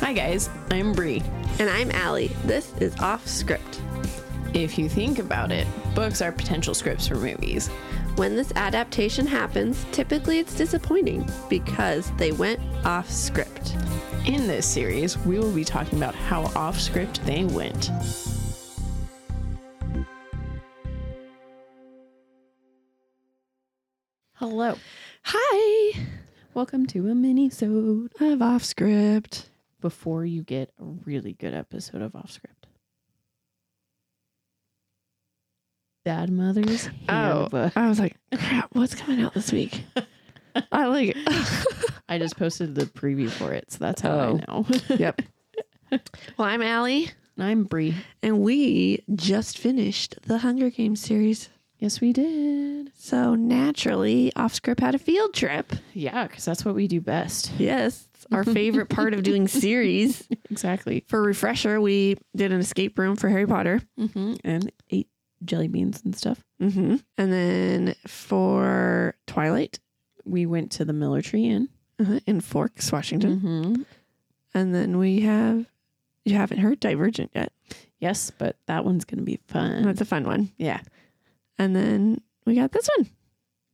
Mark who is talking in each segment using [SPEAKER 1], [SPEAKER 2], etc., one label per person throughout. [SPEAKER 1] Hi, guys. I'm Bree.
[SPEAKER 2] And I'm Allie. This is Off Script.
[SPEAKER 1] If you think about it, books are potential scripts for movies.
[SPEAKER 2] When this adaptation happens, typically it's disappointing because they went off script.
[SPEAKER 1] In this series, we will be talking about how off script they went.
[SPEAKER 3] Hello.
[SPEAKER 2] Hi!
[SPEAKER 3] Welcome to a mini-sode
[SPEAKER 2] Of Off Script.
[SPEAKER 3] before you get a really good episode of Off Script. Bad Mother's
[SPEAKER 2] Oh.
[SPEAKER 3] Handbook.
[SPEAKER 2] I was like, crap, what's coming out this week? I like
[SPEAKER 1] Oh.
[SPEAKER 3] I just posted the preview for it, so that's how
[SPEAKER 2] Oh.
[SPEAKER 3] I know.
[SPEAKER 2] Yep. well, I'm Allie,
[SPEAKER 3] And I'm Bree.
[SPEAKER 2] and we just finished the Hunger Games series.
[SPEAKER 3] Yes, we did.
[SPEAKER 2] So naturally, Off Script had a field trip.
[SPEAKER 3] Yeah, because that's what we do best.
[SPEAKER 2] Yes, it's our favorite part of doing series.
[SPEAKER 3] Exactly.
[SPEAKER 2] For refresher, we did an escape room for Harry Potter.
[SPEAKER 3] Mm-hmm. And ate jelly beans and stuff.
[SPEAKER 2] Mm-hmm. And then for Twilight
[SPEAKER 3] We went to the Miller Tree Inn.
[SPEAKER 2] uh in Forks, Washington.
[SPEAKER 3] Mm-hmm.
[SPEAKER 2] And then we have, you haven't heard Divergent yet.
[SPEAKER 3] Yes, but that one's gonna be fun.
[SPEAKER 2] That's a fun one.
[SPEAKER 3] yeah,
[SPEAKER 2] And then we got this one.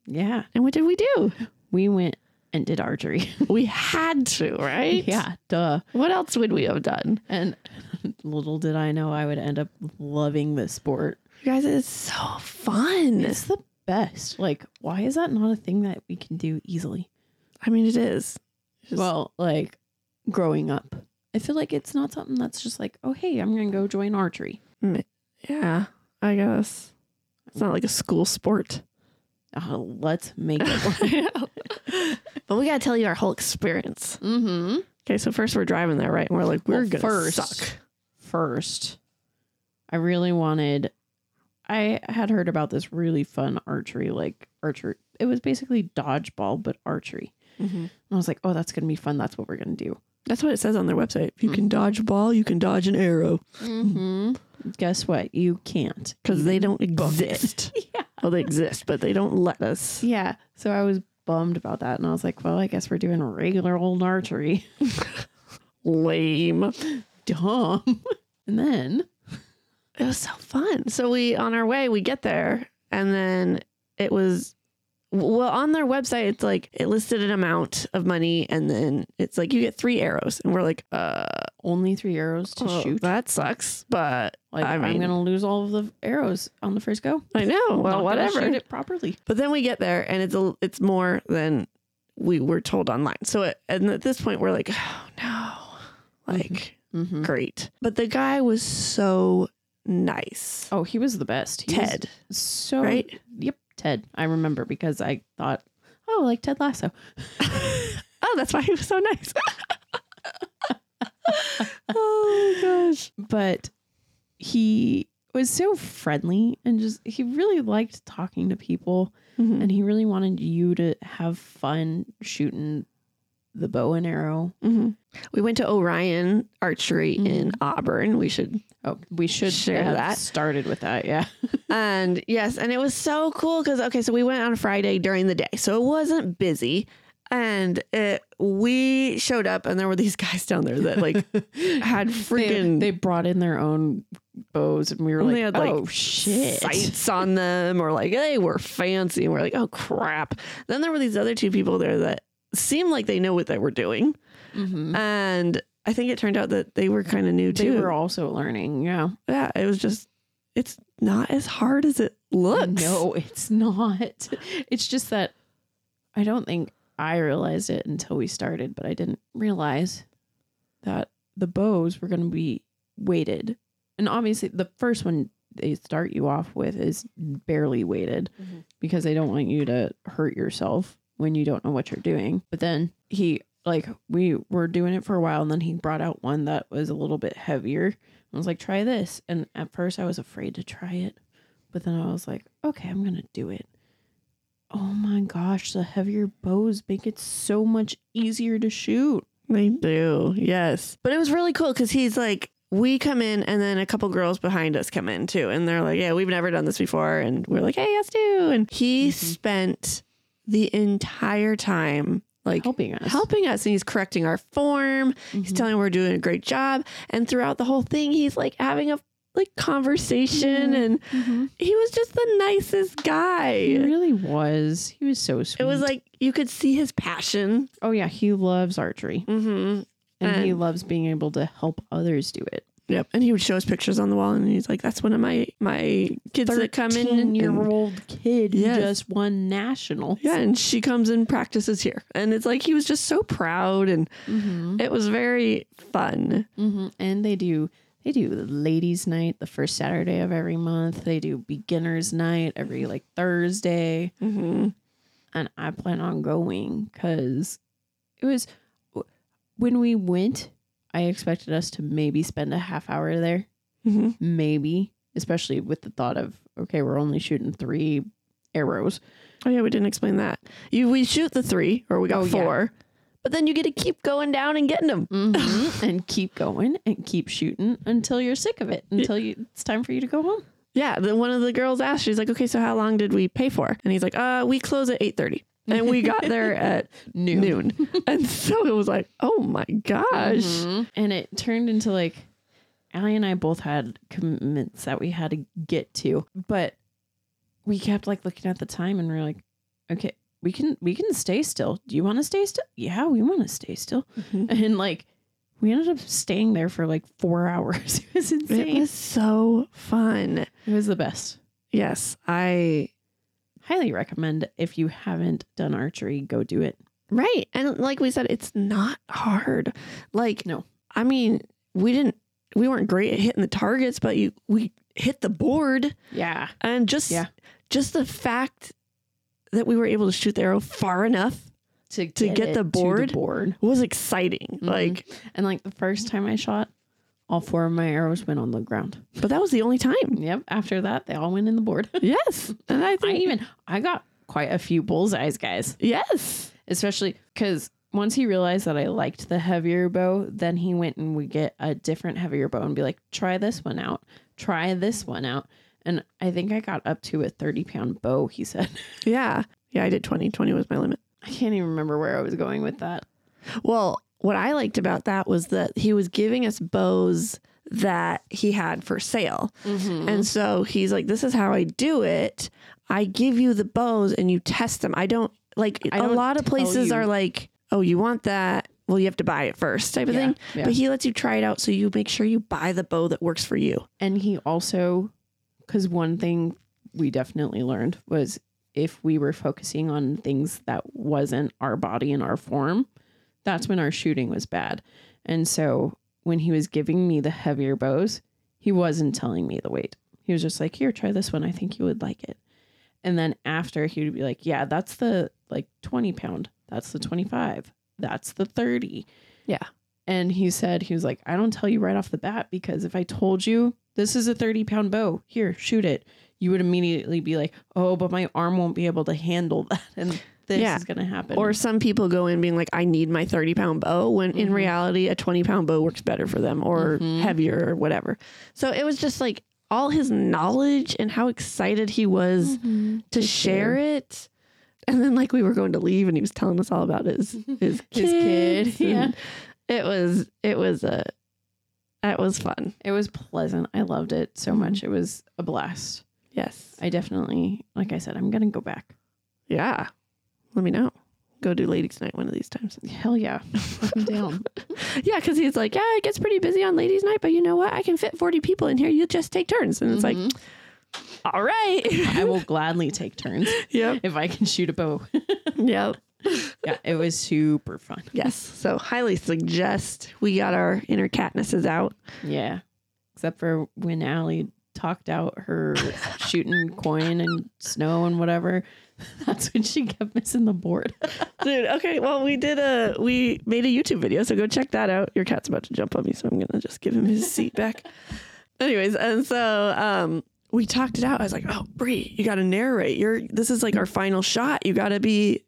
[SPEAKER 3] yeah.
[SPEAKER 2] And what did we do?
[SPEAKER 3] We went and did archery.
[SPEAKER 2] We had to, right?
[SPEAKER 3] yeah, duh.
[SPEAKER 2] What else would we have done?
[SPEAKER 3] And little did I know I would end up loving this sport.
[SPEAKER 2] You guys, it's so fun.
[SPEAKER 3] It's the best. Like, why is that not a thing that we can do easily?
[SPEAKER 2] I mean, it is. Just-
[SPEAKER 3] Well, like growing up, I feel like it's not something that's just like, oh, hey, I'm going to go join archery.
[SPEAKER 2] Yeah, I guess. It's not like a school sport.
[SPEAKER 3] Uh, let's make it work.
[SPEAKER 2] but we got to tell you our whole experience.
[SPEAKER 3] mm-hmm.
[SPEAKER 2] Okay, so first we're driving there, right? And we're like, we're
[SPEAKER 3] Well,
[SPEAKER 2] gonna
[SPEAKER 3] first-
[SPEAKER 2] suck.
[SPEAKER 3] First, I really wanted, I had heard about this really fun archery, like archery. It was basically dodgeball, but archery.
[SPEAKER 2] Mm-hmm.
[SPEAKER 3] And I was like, oh, that's going to be fun. That's what we're going to do.
[SPEAKER 2] That's what it says on their website. If you can dodge a ball, you can dodge an arrow
[SPEAKER 3] Mm-hmm. Guess what? You can't.
[SPEAKER 2] because they don't
[SPEAKER 3] Mm-hmm.
[SPEAKER 2] exist.
[SPEAKER 3] Yeah.
[SPEAKER 2] well, they exist, but they don't let us.
[SPEAKER 3] Yeah. So I was bummed about that. And I was like, well, I guess we're doing regular old archery.
[SPEAKER 2] Lame.
[SPEAKER 3] Dumb. And then,
[SPEAKER 2] It was so fun. So we on our way, we get there, and then it was. Well, on their website, it's like it listed an amount of money, and then it's like you get three arrows, and we're like, uh,
[SPEAKER 3] only three arrows to
[SPEAKER 2] oh,
[SPEAKER 3] shoot.
[SPEAKER 2] That sucks, but
[SPEAKER 3] Like,
[SPEAKER 2] I
[SPEAKER 3] I
[SPEAKER 2] mean-
[SPEAKER 3] am going to lose all of the arrows on the first go.
[SPEAKER 2] I know.
[SPEAKER 3] Not
[SPEAKER 2] Well,
[SPEAKER 3] gonna
[SPEAKER 2] whatever.
[SPEAKER 3] Shoot it properly.
[SPEAKER 2] But then we get there and it's a, it's more than we were told online. So it, and at this point we're like, oh no, like
[SPEAKER 3] Mm-hmm.
[SPEAKER 2] great. But the guy was so nice.
[SPEAKER 3] Oh, he was the best. He was
[SPEAKER 2] Ted,
[SPEAKER 3] So,
[SPEAKER 2] right?
[SPEAKER 3] yep, Ted. I remember because I thought, oh, like Ted Lasso.
[SPEAKER 2] Oh, that's why he was so nice. oh my gosh.
[SPEAKER 3] but he was so friendly and just he really liked talking to people
[SPEAKER 2] Mhm.
[SPEAKER 3] and he really wanted you to have fun shooting the bow and arrow.
[SPEAKER 2] Mhm. We went to Orion Archery in Auburn. We should
[SPEAKER 3] Oh, we should
[SPEAKER 2] Share
[SPEAKER 3] have
[SPEAKER 2] that.
[SPEAKER 3] started with that. Yeah.
[SPEAKER 2] And yes, and it was so cool because okay, so we went on Friday during the day, so it wasn't busy, and it, we showed up, and there were these guys down there that like had freaking
[SPEAKER 3] they, they brought in their own bows and we were
[SPEAKER 2] And
[SPEAKER 3] like,
[SPEAKER 2] they had, like,
[SPEAKER 3] "Oh shit."
[SPEAKER 2] sights on them, or like they were fancy, and we're like, oh crap. Then there were these other two people there that seemed like they know what they were doing,
[SPEAKER 3] Mhm.
[SPEAKER 2] and I think it turned out that they were kind of new
[SPEAKER 3] They
[SPEAKER 2] too.
[SPEAKER 3] were also learning. Yeah.
[SPEAKER 2] yeah, it was just it's not as hard as it looks.
[SPEAKER 3] No, it's not. It's just that I don't think I realized it until we started, but I didn't realize that the bows were going to be weighted. And obviously, the first one they start you off with is barely weighted
[SPEAKER 2] Mhm.
[SPEAKER 3] because they don't want you to hurt yourself when you don't know what you're doing. But then he, like, we were doing it for a while, and then he brought out one that was a little bit heavier. I was like, try this. And at first, I was afraid to try it. But then I was like, okay, I'm going to do it. Oh my gosh, the heavier bows make it so much easier to shoot.
[SPEAKER 2] They do, yes. But it was really cool because he's like, we come in, and then a couple girls behind us come in too. And they're like, yeah, we've never done this before.
[SPEAKER 3] Mm-hmm.
[SPEAKER 2] And we're like, hey, let's do. And he
[SPEAKER 3] Mhm.
[SPEAKER 2] spent the entire time like
[SPEAKER 3] helping us.
[SPEAKER 2] helping us and he's correcting our form. He's
[SPEAKER 3] Mhm.
[SPEAKER 2] telling her we're doing a great job. And throughout the whole thing, he's like having a like conversation
[SPEAKER 3] Yeah.
[SPEAKER 2] and
[SPEAKER 3] Mhm.
[SPEAKER 2] he was just the nicest guy.
[SPEAKER 3] He really was. He was so sweet.
[SPEAKER 2] It was like you could see his passion.
[SPEAKER 3] oh yeah, he loves archery
[SPEAKER 2] Mm-hmm.
[SPEAKER 3] and he
[SPEAKER 2] And-
[SPEAKER 3] loves being able to help others do it.
[SPEAKER 2] Yep. And he would show us pictures on the wall and he's like, that's one of my my kids that come in and
[SPEAKER 3] year old kid who
[SPEAKER 2] Yes.
[SPEAKER 3] just won nationals.
[SPEAKER 2] Yeah, and she comes and practices here. And it's like he was just so proud and
[SPEAKER 3] hmm
[SPEAKER 2] it was very fun.
[SPEAKER 3] hmm And they do they do ladies' night the first Saturday of every month. They do beginners' night every like Thursday,
[SPEAKER 2] Mm-hmm.
[SPEAKER 3] and I plan on going because it was when we went. I expected us to maybe spend a half hour there,
[SPEAKER 2] Mm-hmm.
[SPEAKER 3] maybe, especially with the thought of okay, we're only shooting three arrows.
[SPEAKER 2] Oh yeah, we didn't explain that. You we shoot the three, or we got
[SPEAKER 3] Oh,
[SPEAKER 2] four,
[SPEAKER 3] yeah.
[SPEAKER 2] but then you get to keep going down and getting them.
[SPEAKER 3] Mhm. and keep going and keep shooting until you're sick of it until you, it's time for you to go home
[SPEAKER 2] Yeah. Then one of the girls asked, she's like, "Okay, so how long did we pay for?" And he's like, "Uh, we close at 8.30. and we got there at
[SPEAKER 3] noon,
[SPEAKER 2] noon." And so it was like, "Oh my gosh!" Mm-hmm.
[SPEAKER 3] Mhm. and it turned into like Allie and I both had commitments that we had to get to but we kept like looking at the time and we are like okay we can we can stay still do you want to stay still yeah we want to stay still
[SPEAKER 2] Mhm.
[SPEAKER 3] and like we ended up staying there for like four hours it was
[SPEAKER 2] It
[SPEAKER 3] insane
[SPEAKER 2] was so fun.
[SPEAKER 3] it was the best
[SPEAKER 2] Yes, I
[SPEAKER 3] highly recommend if you haven't done archery go do it
[SPEAKER 2] Right. And like we said, it's not hard. Like
[SPEAKER 3] No.
[SPEAKER 2] I mean, we didn't we weren't great at hitting the targets, but you we hit the board
[SPEAKER 3] yeah
[SPEAKER 2] and just
[SPEAKER 3] Yeah.
[SPEAKER 2] just the fact that we were able to shoot the arrow far enough
[SPEAKER 3] to
[SPEAKER 2] get
[SPEAKER 3] it
[SPEAKER 2] the board.
[SPEAKER 3] board
[SPEAKER 2] was exciting. Like
[SPEAKER 3] and like the first time I shot all four of my arrows went on the ground
[SPEAKER 2] but that was the only time.
[SPEAKER 3] Yep. After that, they all went in the board.
[SPEAKER 2] yes. And I
[SPEAKER 3] I
[SPEAKER 2] think
[SPEAKER 3] even I got quite a few bullseyes, guys.
[SPEAKER 2] Yes.
[SPEAKER 3] Especially because once he realized that I liked the heavier bow, then he went and would get a different heavier bow and be like, "Try this one out. Try this one out." And I think I got up to a thirty pound bow. He said,
[SPEAKER 2] Yeah. Yeah, I did 20. 20 was my limit.
[SPEAKER 3] "I can't even remember where I was going with that."
[SPEAKER 2] Well, what I liked about that was that he was giving us bows that he had for sale.
[SPEAKER 3] And
[SPEAKER 2] And so he's like, This is how I do it. I give you the bows and you test them. I don't like a
[SPEAKER 3] I don't
[SPEAKER 2] lot of
[SPEAKER 3] tell
[SPEAKER 2] places
[SPEAKER 3] you.
[SPEAKER 2] are like, Oh, you want that? Well, you have to buy it first, type of
[SPEAKER 3] Yeah,
[SPEAKER 2] thing.
[SPEAKER 3] yeah.
[SPEAKER 2] But he lets you try it out. So you make sure you buy the bow that works for you.
[SPEAKER 3] and he also, because one thing we definitely learned was if we were focusing on things that wasn't our body and our form, that's when our shooting was bad. And so when he was giving me the heavier bows, he wasn't telling me the weight. He was just like, "Here, try this one. I think you would like it." And then after he would be like, "Yeah, that's the like 20 pound. That's the 25. That's the 30."
[SPEAKER 2] Yeah.
[SPEAKER 3] And he said he was like, "I don't tell you right off the bat because if I told you this is a 30 pound bow, here, shoot it." You would immediately be like, "Oh, but my arm won't be able to handle that." And this
[SPEAKER 2] Yeah.
[SPEAKER 3] is going to happen.
[SPEAKER 2] Or some people go in being like, I need my 30 pound bow, when in
[SPEAKER 3] Mhm.
[SPEAKER 2] reality, a 20 pound bow works better for them or
[SPEAKER 3] Mhm.
[SPEAKER 2] heavier or whatever. So it was just like all his knowledge and how excited he was to share it. And then like we were going to leave and he was telling us all about his his,
[SPEAKER 3] His kid,
[SPEAKER 2] kids, and It was it was a that was fun.
[SPEAKER 3] It was pleasant. I loved it so much. It was a blast.
[SPEAKER 2] Yes.
[SPEAKER 3] I definitely, like I said, I'm going to go back.
[SPEAKER 2] Yeah. Let me know. Go do ladies' night one of these times.
[SPEAKER 3] Hell yeah. I'm down.
[SPEAKER 2] Yeah, because he's like, yeah, it gets pretty busy on ladies' night, but you know what? I can fit forty people in here. You just take turns, and it's like,
[SPEAKER 3] Mm-hmm.
[SPEAKER 2] all right.
[SPEAKER 3] I will gladly take turns
[SPEAKER 2] Mm-hmm. yep.
[SPEAKER 3] if I can shoot a bow.
[SPEAKER 2] Yep.
[SPEAKER 3] yeah, it was super fun.
[SPEAKER 2] Yes. So highly suggest we got our inner Katnisses out.
[SPEAKER 3] Yeah. Except for when Allie talked out her shooting coin and snow and whatever. That's when she kept missing the board.
[SPEAKER 2] Dude, okay. Well, we did a we made a YouTube video, so go check that out. Your cat's about to jump on me, so I'm gonna just give him his seat back. Anyways, and so um we talked it out. I was like, "Oh, Bree, you got to narrate. You're this is like our final shot. You got to be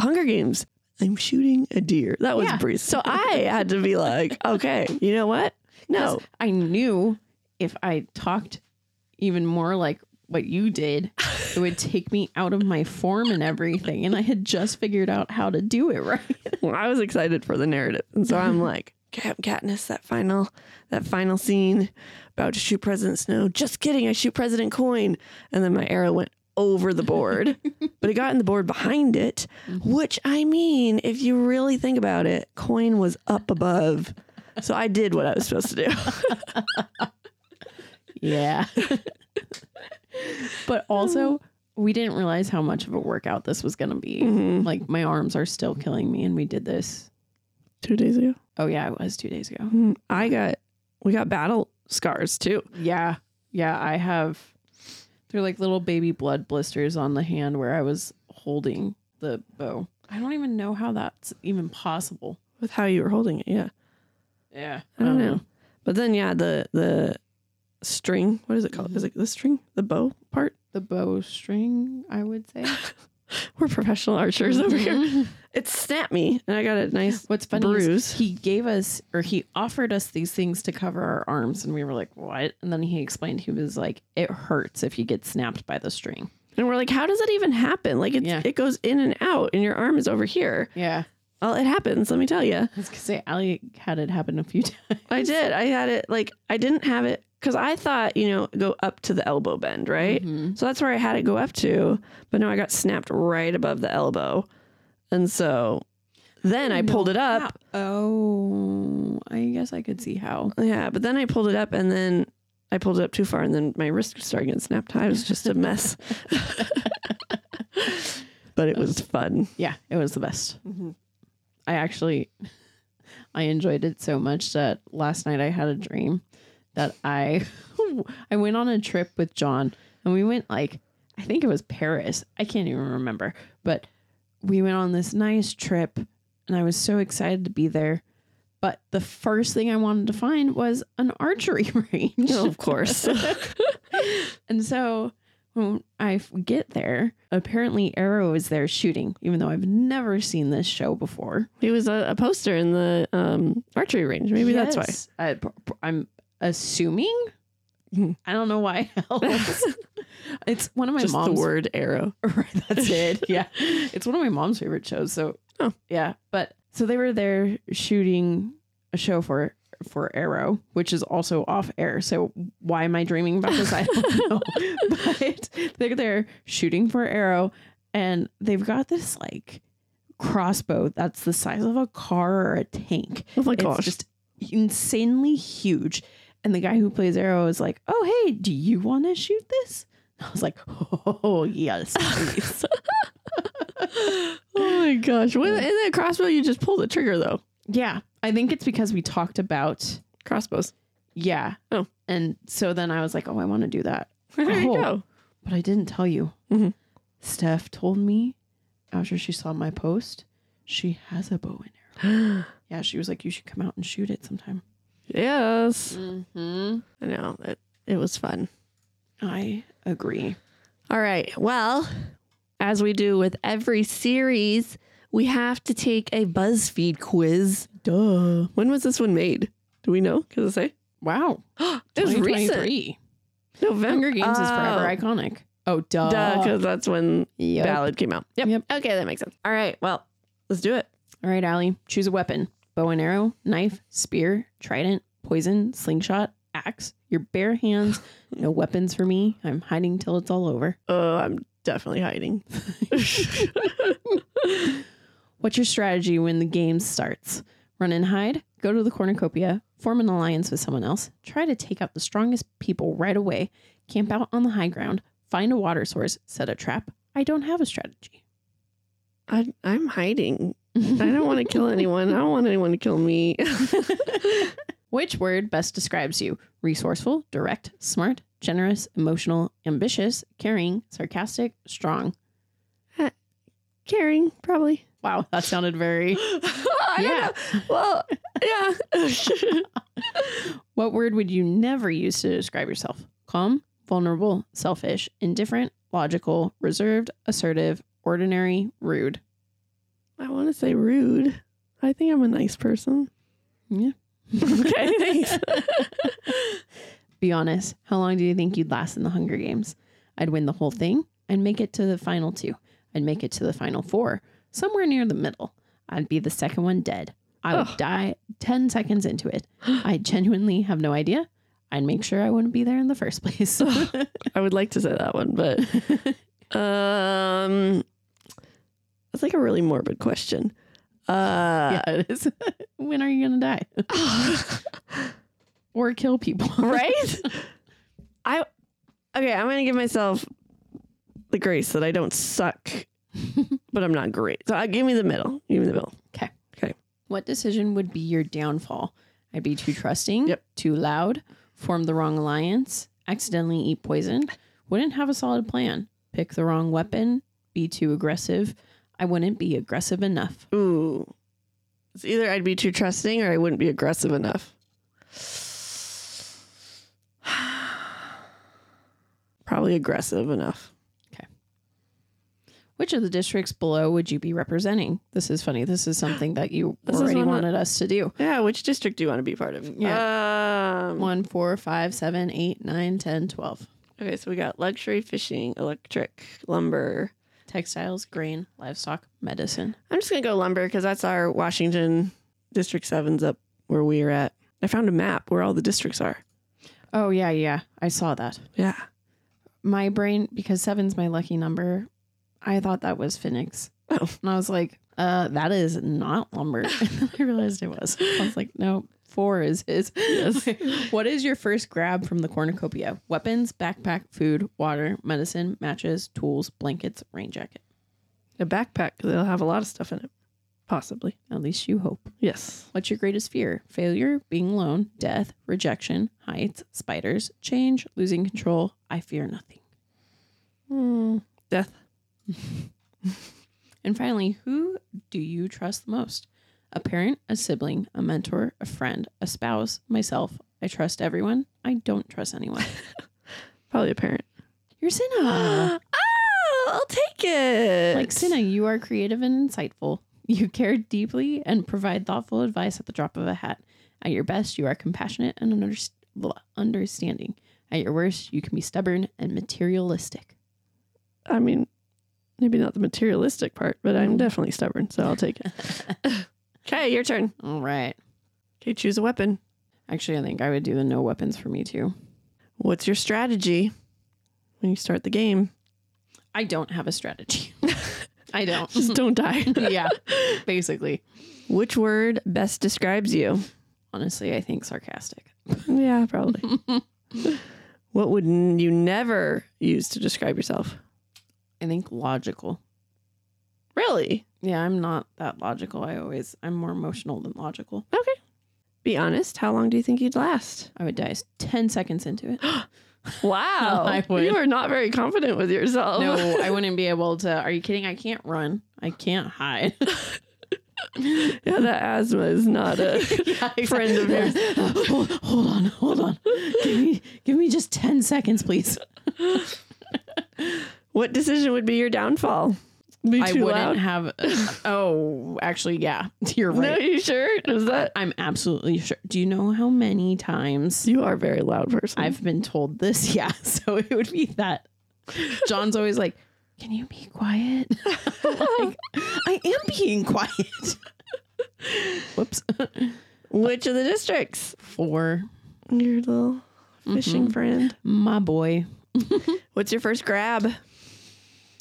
[SPEAKER 2] Hunger Games. I'm shooting a deer." That was
[SPEAKER 3] Yeah.
[SPEAKER 2] Bree. So I had to be like, "Okay, you know what? No,
[SPEAKER 3] 'Cause I knew if I talked even more like what you did, it would take me out of my form and everything. And I had just figured out how to do it right.
[SPEAKER 2] Well, I was excited for the narrative, and so I'm like, Cat- Katniss, that final, that final scene, about to shoot President Snow. Just kidding, I shoot President Coin, and then my arrow went over the board, but it got in the board behind it. Which I mean, if you really think about it, Coin was up above, so I did what I was supposed to do.
[SPEAKER 3] Yeah. but also, we didn't realize how much of a workout this was going to be.
[SPEAKER 2] Mhm.
[SPEAKER 3] Like, my arms are still killing me. And we did this.
[SPEAKER 2] Two days ago,
[SPEAKER 3] Oh, yeah, it was two days ago.
[SPEAKER 2] Mhm. I got we got battle scars too.
[SPEAKER 3] Yeah. Yeah. I have, they're like little baby blood blisters on the hand where I was holding the bow. I don't even know how that's even possible.
[SPEAKER 2] with how you were holding it. Yeah,
[SPEAKER 3] Yeah.
[SPEAKER 2] I don't know. Um, But then yeah, the the string. What is it called? Is it the string? The bow part?
[SPEAKER 3] The bowstring, I would say.
[SPEAKER 2] We're professional archers over here. It snapped me, and I got a nice.
[SPEAKER 3] What's funny
[SPEAKER 2] Bruise.
[SPEAKER 3] is he gave us or he offered us these things to cover our arms, and we were like, "What?" And then he explained he was like, "It hurts if you get snapped by the string."
[SPEAKER 2] And we're like, how does that even happen? Like it
[SPEAKER 3] Yeah.
[SPEAKER 2] it goes in and out, and your arm is over here.
[SPEAKER 3] Yeah,
[SPEAKER 2] Well, it happens. Let me tell you.
[SPEAKER 3] I was gonna say Ali had it happen a few times.
[SPEAKER 2] I did. I had it like I didn't have it because I thought you know go up to the elbow bend right. So that's where I had it go up to, but no, I got snapped right above the elbow, and so then I pulled it up.
[SPEAKER 3] Oh, I guess I could see how.
[SPEAKER 2] Yeah, but then I pulled it up and then I pulled it up too far and then my wrist started getting snapped. I was just a mess. but it was fun.
[SPEAKER 3] Yeah, it was the best. I actually I enjoyed it so much that last night I had a dream that I I went on a trip with John and we went like I think it was Paris. I can't even remember, but we went on this nice trip and I was so excited to be there. But the first thing I wanted to find was an archery range.
[SPEAKER 2] Oh, of course.
[SPEAKER 3] And so when I f- get there, apparently Arrow is there shooting, even though I've never seen this show before.
[SPEAKER 2] he was a, a poster in the um, archery range. Maybe that's
[SPEAKER 3] Yes. I, p- p- I'm assuming.
[SPEAKER 2] Mhm.
[SPEAKER 3] I don't know why else. Hmm. it's one of
[SPEAKER 2] why.
[SPEAKER 3] my
[SPEAKER 2] Just
[SPEAKER 3] mom's.
[SPEAKER 2] the word arrow.
[SPEAKER 3] Right, that's it. Yeah, it's one of my mom's favorite shows. So,
[SPEAKER 2] Oh.
[SPEAKER 3] yeah. But so they were there shooting a show for for Arrow, which is also off air. So why am I dreaming about this? I don't know. but they're there shooting for Arrow, and they've got this like crossbow that's the size of a car or a tank.
[SPEAKER 2] Oh my
[SPEAKER 3] it's
[SPEAKER 2] gosh.
[SPEAKER 3] just insanely huge. And the guy who plays Arrow is like, "Oh hey, do you want to shoot this?" I was like, "Oh yes, please."
[SPEAKER 2] oh my gosh. What, in that crossbow, you just pull the trigger though.
[SPEAKER 3] Yeah, I think it's because we talked about
[SPEAKER 2] Crossbows.
[SPEAKER 3] yeah.
[SPEAKER 2] Oh.
[SPEAKER 3] and so then I was like, oh, I want to do that,
[SPEAKER 2] There you
[SPEAKER 3] Oh.
[SPEAKER 2] go.
[SPEAKER 3] but I didn't tell you.
[SPEAKER 2] Mhm.
[SPEAKER 3] Steph told me after she saw my post, she has a bow and arrow. Yeah, she was like, you should come out and shoot it sometime.
[SPEAKER 2] yes.
[SPEAKER 3] Mm-hmm.
[SPEAKER 2] I know. It, it was fun.
[SPEAKER 3] I agree.
[SPEAKER 2] All right. Well, as we do with every series, we have to take a BuzzFeed quiz.
[SPEAKER 3] Duh.
[SPEAKER 2] When was this one made? Do we know? Can I say?
[SPEAKER 3] Wow.
[SPEAKER 2] It was recent.
[SPEAKER 3] 2023.
[SPEAKER 2] November
[SPEAKER 3] Hunger Games is forever
[SPEAKER 2] I
[SPEAKER 3] iconic. Oh, duh.
[SPEAKER 2] Duh, because that's when
[SPEAKER 3] Yep.
[SPEAKER 2] Ballad came out. Yep.
[SPEAKER 3] Yep.
[SPEAKER 2] Okay, that makes sense. All right. Well, let's do it.
[SPEAKER 3] All right, Allie, choose a weapon bow and arrow, knife, spear, trident, poison, slingshot, axe, your bare hands. No weapons for me. I'm hiding till it's all over.
[SPEAKER 2] Oh, I'm definitely hiding.
[SPEAKER 3] What's your strategy when the game starts? Run and hide, go to the cornucopia, form an alliance with someone else, try to take out the strongest people right away, camp out on the high ground, find a water source, set a trap. I don't have a strategy.
[SPEAKER 2] I, I'm hiding. I don't want to kill anyone. I don't want anyone to kill me.
[SPEAKER 3] Which word best describes you? Resourceful, direct, smart, generous, emotional, ambitious, caring, sarcastic, strong.
[SPEAKER 2] Caring, probably.
[SPEAKER 3] Wow, that sounded very.
[SPEAKER 2] I don't
[SPEAKER 3] Yeah.
[SPEAKER 2] know. Well, yeah.
[SPEAKER 3] What word would you never use to describe yourself? Calm, vulnerable, selfish, indifferent, logical, reserved, assertive, ordinary, rude.
[SPEAKER 2] I want to say rude. I think I'm a nice person.
[SPEAKER 3] Yeah.
[SPEAKER 2] Okay, thanks.
[SPEAKER 3] Be honest. How long do you think you'd last in the Hunger Games? I'd win the whole thing. I'd make it to the final two. I'd make it to the final four, somewhere near the middle. I'd be the second one dead. I would
[SPEAKER 2] Ugh.
[SPEAKER 3] die 10 seconds into it. I genuinely have no idea. I'd make sure I wouldn't be there in the first place.
[SPEAKER 2] I would like to say that one, but um, it's like a really morbid question. Uh,
[SPEAKER 3] yeah, it is. when are you going to die? or kill people.
[SPEAKER 2] right? I okay. I'm gonna give myself the grace that I don't suck, but I'm not great. So I give me the middle. Give me the middle.
[SPEAKER 3] What decision would be your downfall? I'd be too trusting,
[SPEAKER 2] Yep.
[SPEAKER 3] too loud, form the wrong alliance, accidentally eat poison, wouldn't have a solid plan, pick the wrong weapon, be too aggressive. I wouldn't be aggressive enough.
[SPEAKER 2] Ooh, it's either I'd be too trusting or I wouldn't be aggressive enough. Probably aggressive enough.
[SPEAKER 3] Which of the districts below would you be representing? This is funny. This is something that you
[SPEAKER 2] This is
[SPEAKER 3] already
[SPEAKER 2] one that-
[SPEAKER 3] wanted us to do.
[SPEAKER 2] Yeah, which district do you want to be part of? Yeah. Um,
[SPEAKER 3] One, four, five, seven, eight, nine, ten, twelve.
[SPEAKER 2] Okay, so we got luxury fishing, electric, lumber.
[SPEAKER 3] Textiles, grain, livestock, medicine.
[SPEAKER 2] I'm just gonna go lumber because that's our Washington District Sevens up where we are at. I found a map where all the districts are.
[SPEAKER 3] Oh, yeah, yeah. I saw that.
[SPEAKER 2] Yeah.
[SPEAKER 3] my brain because seven's my lucky number. I thought that was Phoenix.
[SPEAKER 2] Oh.
[SPEAKER 3] And I was like, uh, that is not lumber. And then I realized it was. I was like, no, four is his. what is your first grab from the cornucopia? Weapons, backpack, food, water, medicine, matches, tools, blankets, rain jacket.
[SPEAKER 2] A backpack because it'll have a lot of stuff in it. Possibly.
[SPEAKER 3] At least you hope.
[SPEAKER 2] Yes.
[SPEAKER 3] What's your greatest fear? Failure, being alone, death, rejection, heights, spiders, change, losing control. I fear nothing.
[SPEAKER 2] Hmm. Death.
[SPEAKER 3] And finally, who do you trust the most? A parent, a sibling, a mentor, a friend, a spouse, myself. I trust everyone. I don't trust anyone.
[SPEAKER 2] Probably a parent.
[SPEAKER 3] You're Cinna.
[SPEAKER 2] oh, I'll take it.
[SPEAKER 3] like Cinna, you are creative and insightful. You care deeply and provide thoughtful advice at the drop of a hat. At your best, you are compassionate and underst- blah, understanding. At your worst, you can be stubborn and materialistic.
[SPEAKER 2] I mean, maybe not the materialistic part, but I'm definitely stubborn, so I'll take it. okay, your turn.
[SPEAKER 3] All right.
[SPEAKER 2] Okay, choose a weapon.
[SPEAKER 3] Actually, I think I would do the no weapons for me too.
[SPEAKER 2] What's your strategy when you start the game?
[SPEAKER 3] I don't have a strategy. I don't.
[SPEAKER 2] Just don't die.
[SPEAKER 3] yeah, basically.
[SPEAKER 2] Which word best describes you?
[SPEAKER 3] Honestly, I think sarcastic.
[SPEAKER 2] Yeah, probably. what would n- you never use to describe yourself?
[SPEAKER 3] I think logical.
[SPEAKER 2] Really?
[SPEAKER 3] Yeah, I'm not that logical. I always I'm more emotional than logical.
[SPEAKER 2] Okay. Be honest. How long do you think you'd last?
[SPEAKER 3] I would die s- ten seconds into it.
[SPEAKER 2] Wow.
[SPEAKER 3] I would.
[SPEAKER 2] You are not very confident with yourself.
[SPEAKER 3] No, I wouldn't be able to. Are you kidding? I can't run. I can't hide.
[SPEAKER 2] yeah, that asthma is not a. Friend of yours.
[SPEAKER 3] hold, hold on, hold on. Give me, give me just ten seconds, please.
[SPEAKER 2] what decision would be your downfall? Be
[SPEAKER 3] I
[SPEAKER 2] too
[SPEAKER 3] wouldn't
[SPEAKER 2] loud?
[SPEAKER 3] have. oh, actually, yeah, you're
[SPEAKER 2] No,
[SPEAKER 3] right.
[SPEAKER 2] you sure? Is that?
[SPEAKER 3] I'm absolutely sure. Do you know how many times
[SPEAKER 2] You are a very loud person.
[SPEAKER 3] I've been told this. Yeah. So it would be that. John's always like, Can you be quiet? like, I am being quiet. Whoops.
[SPEAKER 2] Which of the districts?
[SPEAKER 3] Four.
[SPEAKER 2] Your little
[SPEAKER 3] Mm-hmm.
[SPEAKER 2] fishing friend.
[SPEAKER 3] My boy.
[SPEAKER 2] What's your first grab?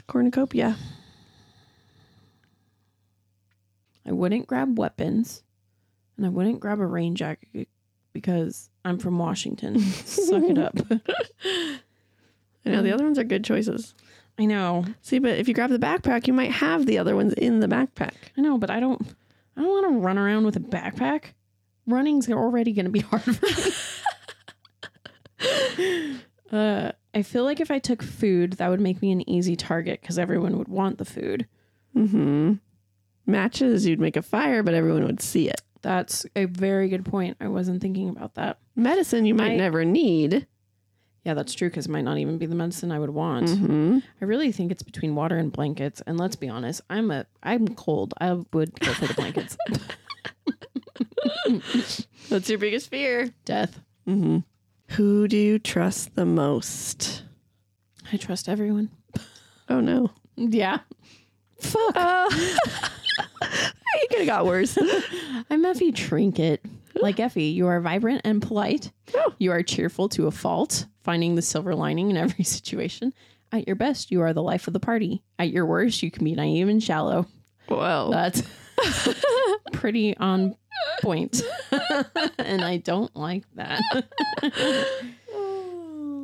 [SPEAKER 2] Cornucopia.
[SPEAKER 3] I wouldn't grab weapons and I wouldn't grab a rain jacket because I'm from Washington. Suck it up.
[SPEAKER 2] I know the
[SPEAKER 3] Mm.
[SPEAKER 2] other ones are good choices.
[SPEAKER 3] I know.
[SPEAKER 2] See, but if you grab the backpack, you might have the other ones in the backpack.
[SPEAKER 3] I know, but I don't I don't want to run around with a backpack. Running's already going to be hard for me. uh, I feel like if I took food, that would make me an easy target because everyone would want the food.
[SPEAKER 2] Mm-hmm. Matches, you'd make a fire, but everyone would see it.
[SPEAKER 3] That's a very good point. I wasn't thinking about that.
[SPEAKER 2] Medicine, you might
[SPEAKER 3] I-
[SPEAKER 2] never need.
[SPEAKER 3] Yeah, that's true because might not even be the medicine I would want.
[SPEAKER 2] Mm-hmm.
[SPEAKER 3] I really think it's between water and blankets. And let's be honest, I'm a I'm cold. I would go for the blankets.
[SPEAKER 2] What's your biggest fear?
[SPEAKER 3] Death.
[SPEAKER 2] Mm-hmm. Who do you trust the most?
[SPEAKER 3] I I trust everyone.
[SPEAKER 2] Oh no.
[SPEAKER 3] Yeah. Fuck.
[SPEAKER 2] Oh. it could have got worse.
[SPEAKER 3] I'm Effie Trinket. Like Effie, you are vibrant and polite.
[SPEAKER 2] Oh.
[SPEAKER 3] You are cheerful to a fault, finding the silver lining in every situation. At your best, you are the life of the party. At your worst, you can be naive and shallow.
[SPEAKER 2] Whoa.
[SPEAKER 3] That's pretty on point. and I don't like that.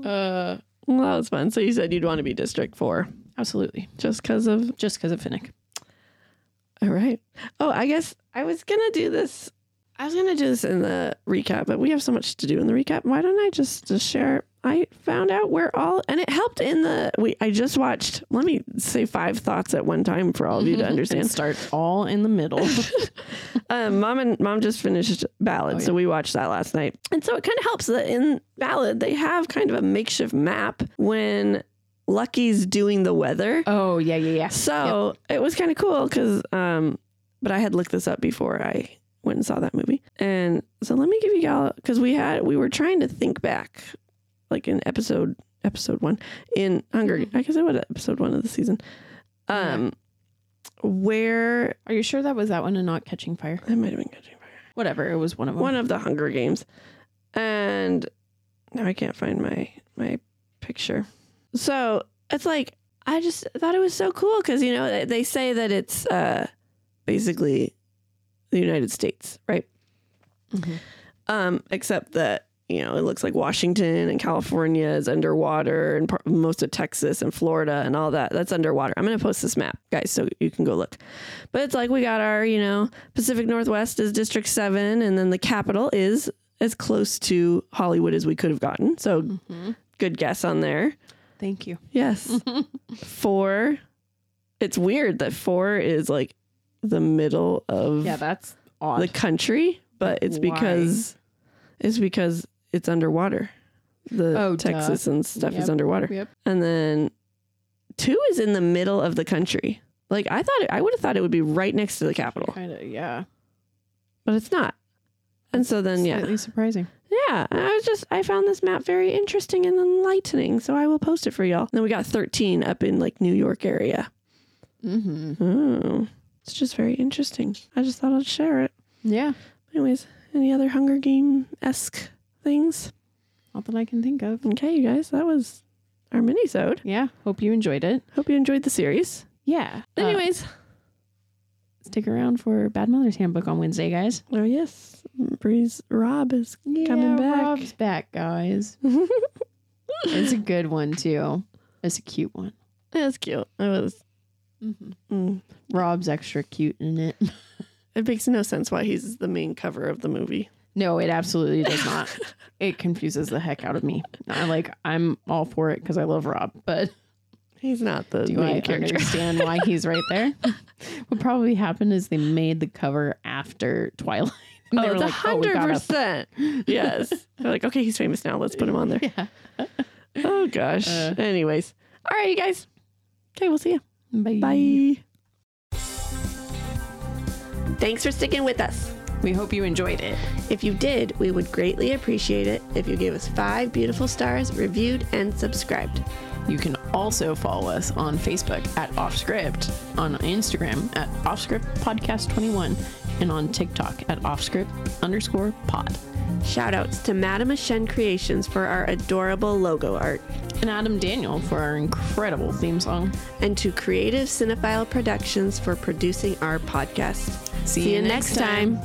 [SPEAKER 3] uh,
[SPEAKER 2] well, that was fun. So you said you'd want to be District 4
[SPEAKER 3] absolutely.
[SPEAKER 2] just because of.
[SPEAKER 3] Just because of Finnick.
[SPEAKER 2] All right. Oh, I guess I was going to do this. I was going to do this in the recap, but we have so much to do in the recap. Why don't I just, just share? I found out we're all, and it helped in the. We I just watched. Let me say five thoughts at one time for all of you to understand.
[SPEAKER 3] And start all in the middle.
[SPEAKER 2] Um, mom and mom just finished ballad,
[SPEAKER 3] Oh,
[SPEAKER 2] so we watched that last night, and so it kind of helps that in ballad they have kind of a makeshift map when Lucky's doing the weather.
[SPEAKER 3] oh, yeah, yeah, yeah.
[SPEAKER 2] So it was kind of cool because, um, but I had looked this up before I went and saw that movie, and so let me give you all because we had we were trying to think back, like in episode episode one in Hunger. I guess it was episode one of the season. Um, where
[SPEAKER 3] Are you sure that was that one and not Catching Fire?
[SPEAKER 2] I might have been catching fire.
[SPEAKER 3] Whatever, it was one of them.
[SPEAKER 2] one of the Hunger Games, and now I can't find my my picture. So it's like I just thought it was so cool because you know they, they say that it's uh, basically the United States, right?
[SPEAKER 3] Mhm.
[SPEAKER 2] Um, except that you know it looks like Washington and California is underwater, and par- most of Texas and Florida and all that that's underwater. I'm gonna post this map, guys, so you can go look. But it's like we got our, you know, Pacific Northwest is District 7, and then the capital is as close to Hollywood as we could have gotten. So
[SPEAKER 3] Mhm.
[SPEAKER 2] good guess on there.
[SPEAKER 3] Thank you.
[SPEAKER 2] Yes. four. It's weird that four is like the middle of
[SPEAKER 3] Yeah, that's odd.
[SPEAKER 2] the country, but it's
[SPEAKER 3] Why?
[SPEAKER 2] because it's because it's underwater. The
[SPEAKER 3] Oh, duh.
[SPEAKER 2] Texas and stuff
[SPEAKER 3] Yep.
[SPEAKER 2] is underwater.
[SPEAKER 3] Yep.
[SPEAKER 2] And then two is in the middle of the country. Like I thought, it, I would have thought it would be right next to the capital,
[SPEAKER 3] Kind of, yeah.
[SPEAKER 2] but it's not. And so then, yeah,
[SPEAKER 3] Slightly surprising.
[SPEAKER 2] yeah. And I was just, I found this map very interesting and enlightening, so I will post it for y'all. And then we got thirteen up in like New York area.
[SPEAKER 3] Mm-hmm.
[SPEAKER 2] Oh, it's just very interesting. I just thought I'd share it.
[SPEAKER 3] Yeah.
[SPEAKER 2] Anyways, any other Hunger Game esque things?
[SPEAKER 3] Not that I can think of.
[SPEAKER 2] Okay, you guys, that was our minisode.
[SPEAKER 3] Yeah. Hope you enjoyed it.
[SPEAKER 2] Hope you enjoyed the series. Uh,
[SPEAKER 3] Yeah. Anyway,
[SPEAKER 2] Anyways,
[SPEAKER 3] stick around for Bad Mother's Handbook on Wednesday, guys.
[SPEAKER 2] oh yes, Breeze Rob is coming back.
[SPEAKER 3] Rob's back, guys. it's a good one, too. It's a cute one.
[SPEAKER 2] That's cute. It was.
[SPEAKER 3] Mm-hmm.
[SPEAKER 2] mm.
[SPEAKER 3] Rob's extra cute in it.
[SPEAKER 2] It makes no sense why he's the main cover of the movie.
[SPEAKER 3] No, it absolutely does not. it confuses the heck out of me. I like I'm all for it because I love Rob, but
[SPEAKER 2] He's not the
[SPEAKER 3] do
[SPEAKER 2] main
[SPEAKER 3] I
[SPEAKER 2] character.
[SPEAKER 3] understand why he's right there? what probably happened is they made the cover after Twilight. And they were
[SPEAKER 2] Oh,
[SPEAKER 3] like, "Oh, we
[SPEAKER 2] hundred
[SPEAKER 3] gotta
[SPEAKER 2] percent. Yes. They're like, okay, he's famous now. Let's put him on there.
[SPEAKER 3] Yeah.
[SPEAKER 2] Oh gosh.
[SPEAKER 3] Uh.
[SPEAKER 2] Anyways, all right, you guys. Okay, we'll see you.
[SPEAKER 3] Bye.
[SPEAKER 2] Bye. Thanks for sticking with us.
[SPEAKER 3] We hope you enjoyed it.
[SPEAKER 1] If you did, we would greatly appreciate it if you gave us five beautiful stars, reviewed, and subscribed.
[SPEAKER 3] You can also follow us on Facebook at Offscript, on Instagram at Offscript Podcast 21, and on TikTok at Offscript underscore pod.
[SPEAKER 1] Shoutouts to Madame Shen Creations for our adorable logo art,
[SPEAKER 3] And Adam Daniel for our incredible theme song.
[SPEAKER 1] and to Creative Cinephile Productions for producing our podcast.
[SPEAKER 3] See,
[SPEAKER 1] See you next time.